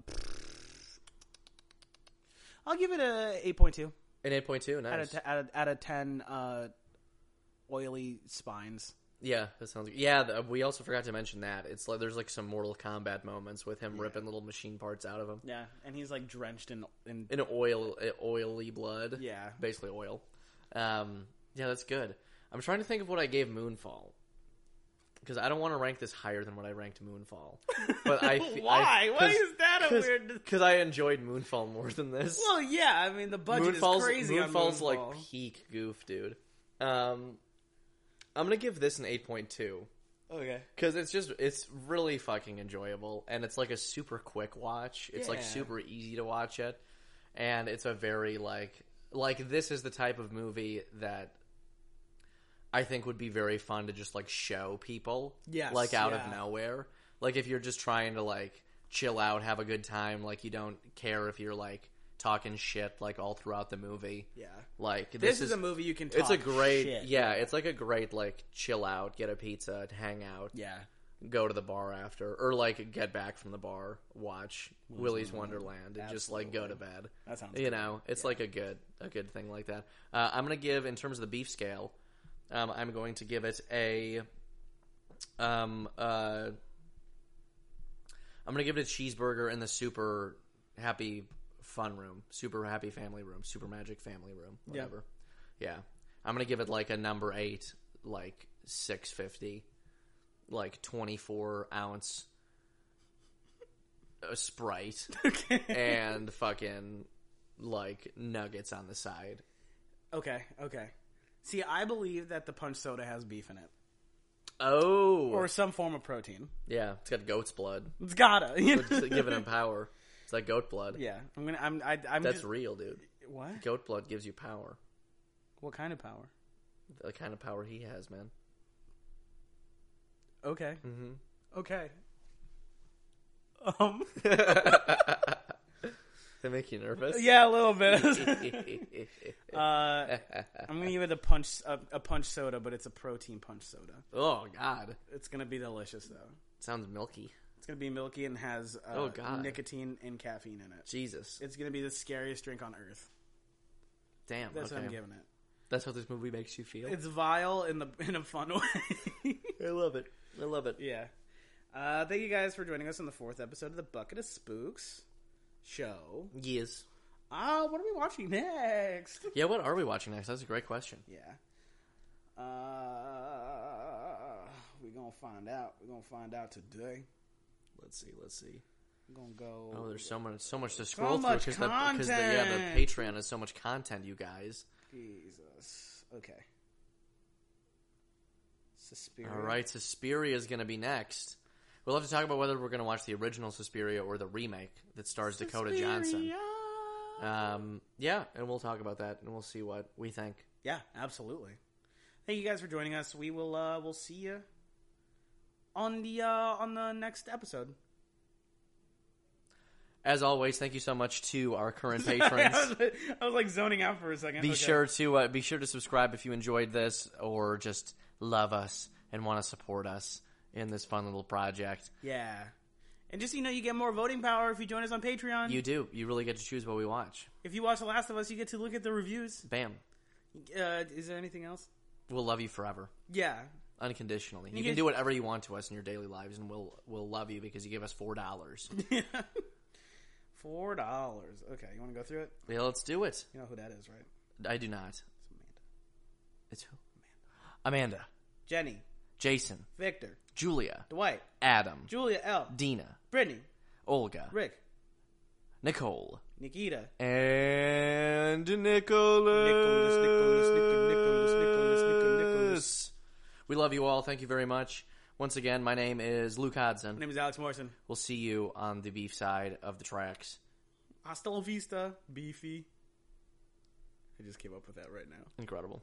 [SPEAKER 1] I'll give it a eight point two
[SPEAKER 2] an eight point two. Nice.
[SPEAKER 1] out of t- out of, out of ten uh, oily spines.
[SPEAKER 2] Yeah, that sounds. Yeah, the, we also forgot to mention that it's like there's like some Mortal Kombat moments with him ripping little machine parts out of him
[SPEAKER 1] Yeah, and he's like drenched in in
[SPEAKER 2] in oil, eh, oily blood.
[SPEAKER 1] yeah.
[SPEAKER 2] basically oil. Um, yeah, that's good. I'm trying to think of what I gave Moonfall because I don't want to rank this higher than what I ranked Moonfall. But I fe-
[SPEAKER 1] Why?
[SPEAKER 2] I,
[SPEAKER 1] Why is that a weird?
[SPEAKER 2] Because I enjoyed Moonfall more than this.
[SPEAKER 1] Well, yeah, I mean the budget
[SPEAKER 2] Moonfall's
[SPEAKER 1] is crazy.
[SPEAKER 2] Moonfall's
[SPEAKER 1] on Moonfall.
[SPEAKER 2] like peak goof, dude. Um, I'm gonna give this an eight point two.
[SPEAKER 1] okay,
[SPEAKER 2] Because it's just it's really fucking enjoyable, and it's like a super quick watch. It's like
[SPEAKER 1] Yeah.
[SPEAKER 2] super easy to watch it, and it's a very like like this is the type of movie that I think would be very fun to just like show people,
[SPEAKER 1] Yes,
[SPEAKER 2] like out
[SPEAKER 1] yeah.
[SPEAKER 2] of nowhere. Like if you're just trying to like chill out, have a good time, like you don't care if you're like talking shit like all throughout the movie.
[SPEAKER 1] Yeah.
[SPEAKER 2] Like
[SPEAKER 1] This, is, a movie you can. Talk
[SPEAKER 2] it's a great
[SPEAKER 1] shit.
[SPEAKER 2] yeah, it's like a great like chill out, get a pizza, hang out,
[SPEAKER 1] Yeah.
[SPEAKER 2] go to the bar after or like get back from the bar, watch Willy's Wonderland and just like go to bed.
[SPEAKER 1] That sounds.
[SPEAKER 2] You know, it's like a good a good thing like that. Uh, I'm gonna give in terms of the beef scale, um, I'm going to give it a um uh I'm gonna give it a cheeseburger in the super happy fun room, super happy family room, super magic family room,
[SPEAKER 1] Yeah.
[SPEAKER 2] whatever. Yeah. I'm gonna give it like a number eight, like six fifty, like twenty four ounce uh sprite
[SPEAKER 1] okay.
[SPEAKER 2] and fucking like nuggets on the side.
[SPEAKER 1] okay. Okay. See, I believe that the punch soda has beef in it
[SPEAKER 2] Oh,
[SPEAKER 1] or some form of protein.
[SPEAKER 2] yeah, it's got goat's blood.
[SPEAKER 1] It's gotta. You know?
[SPEAKER 2] It's giving him power. It's like goat blood.
[SPEAKER 1] yeah. I'm gonna. I'm. I, I'm
[SPEAKER 2] That's
[SPEAKER 1] just,
[SPEAKER 2] real, dude.
[SPEAKER 1] what?
[SPEAKER 2] Goat blood gives you power.
[SPEAKER 1] What kind of power?
[SPEAKER 2] The kind of power he has, man.
[SPEAKER 1] Okay.
[SPEAKER 2] Mhm.
[SPEAKER 1] Okay. Um.
[SPEAKER 2] They make you nervous.
[SPEAKER 1] Yeah, a little bit. Uh, I'm gonna give it a punch a, a punch soda, but it's a protein punch soda.
[SPEAKER 2] oh God,
[SPEAKER 1] It's gonna be delicious though.
[SPEAKER 2] sounds milky.
[SPEAKER 1] It's gonna be milky and has uh,
[SPEAKER 2] Oh, God.
[SPEAKER 1] nicotine and caffeine in it.
[SPEAKER 2] Jesus,
[SPEAKER 1] It's gonna be the scariest drink on earth.
[SPEAKER 2] damn.
[SPEAKER 1] That's
[SPEAKER 2] okay.
[SPEAKER 1] what I'm giving it.
[SPEAKER 2] That's how this movie makes you feel.
[SPEAKER 1] It's vile in the in a fun way.
[SPEAKER 2] I love it. I love it.
[SPEAKER 1] yeah. Uh, thank you guys for joining us on the fourth episode of the Bucket of Spooks show.
[SPEAKER 2] Yes.
[SPEAKER 1] Ah, what are we watching next?
[SPEAKER 2] Yeah. What are we watching next? That's a great question.
[SPEAKER 1] Yeah. Uh, we're gonna find out. We're gonna find out today.
[SPEAKER 2] Let's see. Let's see.
[SPEAKER 1] We're gonna go.
[SPEAKER 2] Oh, there's so much, so much to scroll through
[SPEAKER 1] much
[SPEAKER 2] because the, 'cause the- yeah, the
[SPEAKER 1] content.
[SPEAKER 2] Patreon is so much content, you guys.
[SPEAKER 1] Jesus. Okay. Suspiria.
[SPEAKER 2] All right, Suspiria is going to be next. We'll have to talk about whether we're going to watch the original Suspiria or the remake that stars Dakota Johnson. Um, yeah, and we'll talk about that and we'll see what we think.
[SPEAKER 1] yeah, absolutely. Thank you guys for joining us. We will. Uh, we'll see you on the uh, on the next episode.
[SPEAKER 2] As always, thank you so much to our current patrons.
[SPEAKER 1] I, was, I was, like zoning out for a second.
[SPEAKER 2] be
[SPEAKER 1] Okay.
[SPEAKER 2] sure to uh, be sure to subscribe if you enjoyed this or just love us and want to support us in this fun little project.
[SPEAKER 1] Yeah. And just so you know, you get more voting power if you join us on Patreon.
[SPEAKER 2] You do. You really get to choose what we watch.
[SPEAKER 1] If you watch The Last of Us, you get to look at the reviews.
[SPEAKER 2] Bam.
[SPEAKER 1] Uh, is there anything else?
[SPEAKER 2] We'll love you forever.
[SPEAKER 1] Yeah.
[SPEAKER 2] unconditionally. You
[SPEAKER 1] You
[SPEAKER 2] can
[SPEAKER 1] guys-
[SPEAKER 2] do whatever you want to us in your daily lives, and we'll we'll love you because you give us four dollars.
[SPEAKER 1] Four dollars. Okay, you want to go through it?
[SPEAKER 2] yeah, let's do it.
[SPEAKER 1] You know who that is, right?
[SPEAKER 2] I do not.
[SPEAKER 1] It's Amanda.
[SPEAKER 2] It's who? Amanda,
[SPEAKER 1] Jenny,
[SPEAKER 2] Jason,
[SPEAKER 1] Victor,
[SPEAKER 2] Julia,
[SPEAKER 1] Dwight,
[SPEAKER 2] Adam,
[SPEAKER 1] Julia L,
[SPEAKER 2] Dina,
[SPEAKER 1] Brittany,
[SPEAKER 2] Olga,
[SPEAKER 1] Rick,
[SPEAKER 2] Nicole,
[SPEAKER 1] Nikita,
[SPEAKER 2] and Nicholas.
[SPEAKER 1] Nicholas, Nicholas, Nicholas, Nicholas, Nicholas, Nicholas.
[SPEAKER 2] We love you all. Thank you very much. Once again, my name is Luke
[SPEAKER 1] my
[SPEAKER 2] Hodson.
[SPEAKER 1] name is Alex Morrison.
[SPEAKER 2] We'll see you on the beef side of the tracks.
[SPEAKER 1] Hasta la vista, beefy. I just came up with that right now.
[SPEAKER 2] Incredible.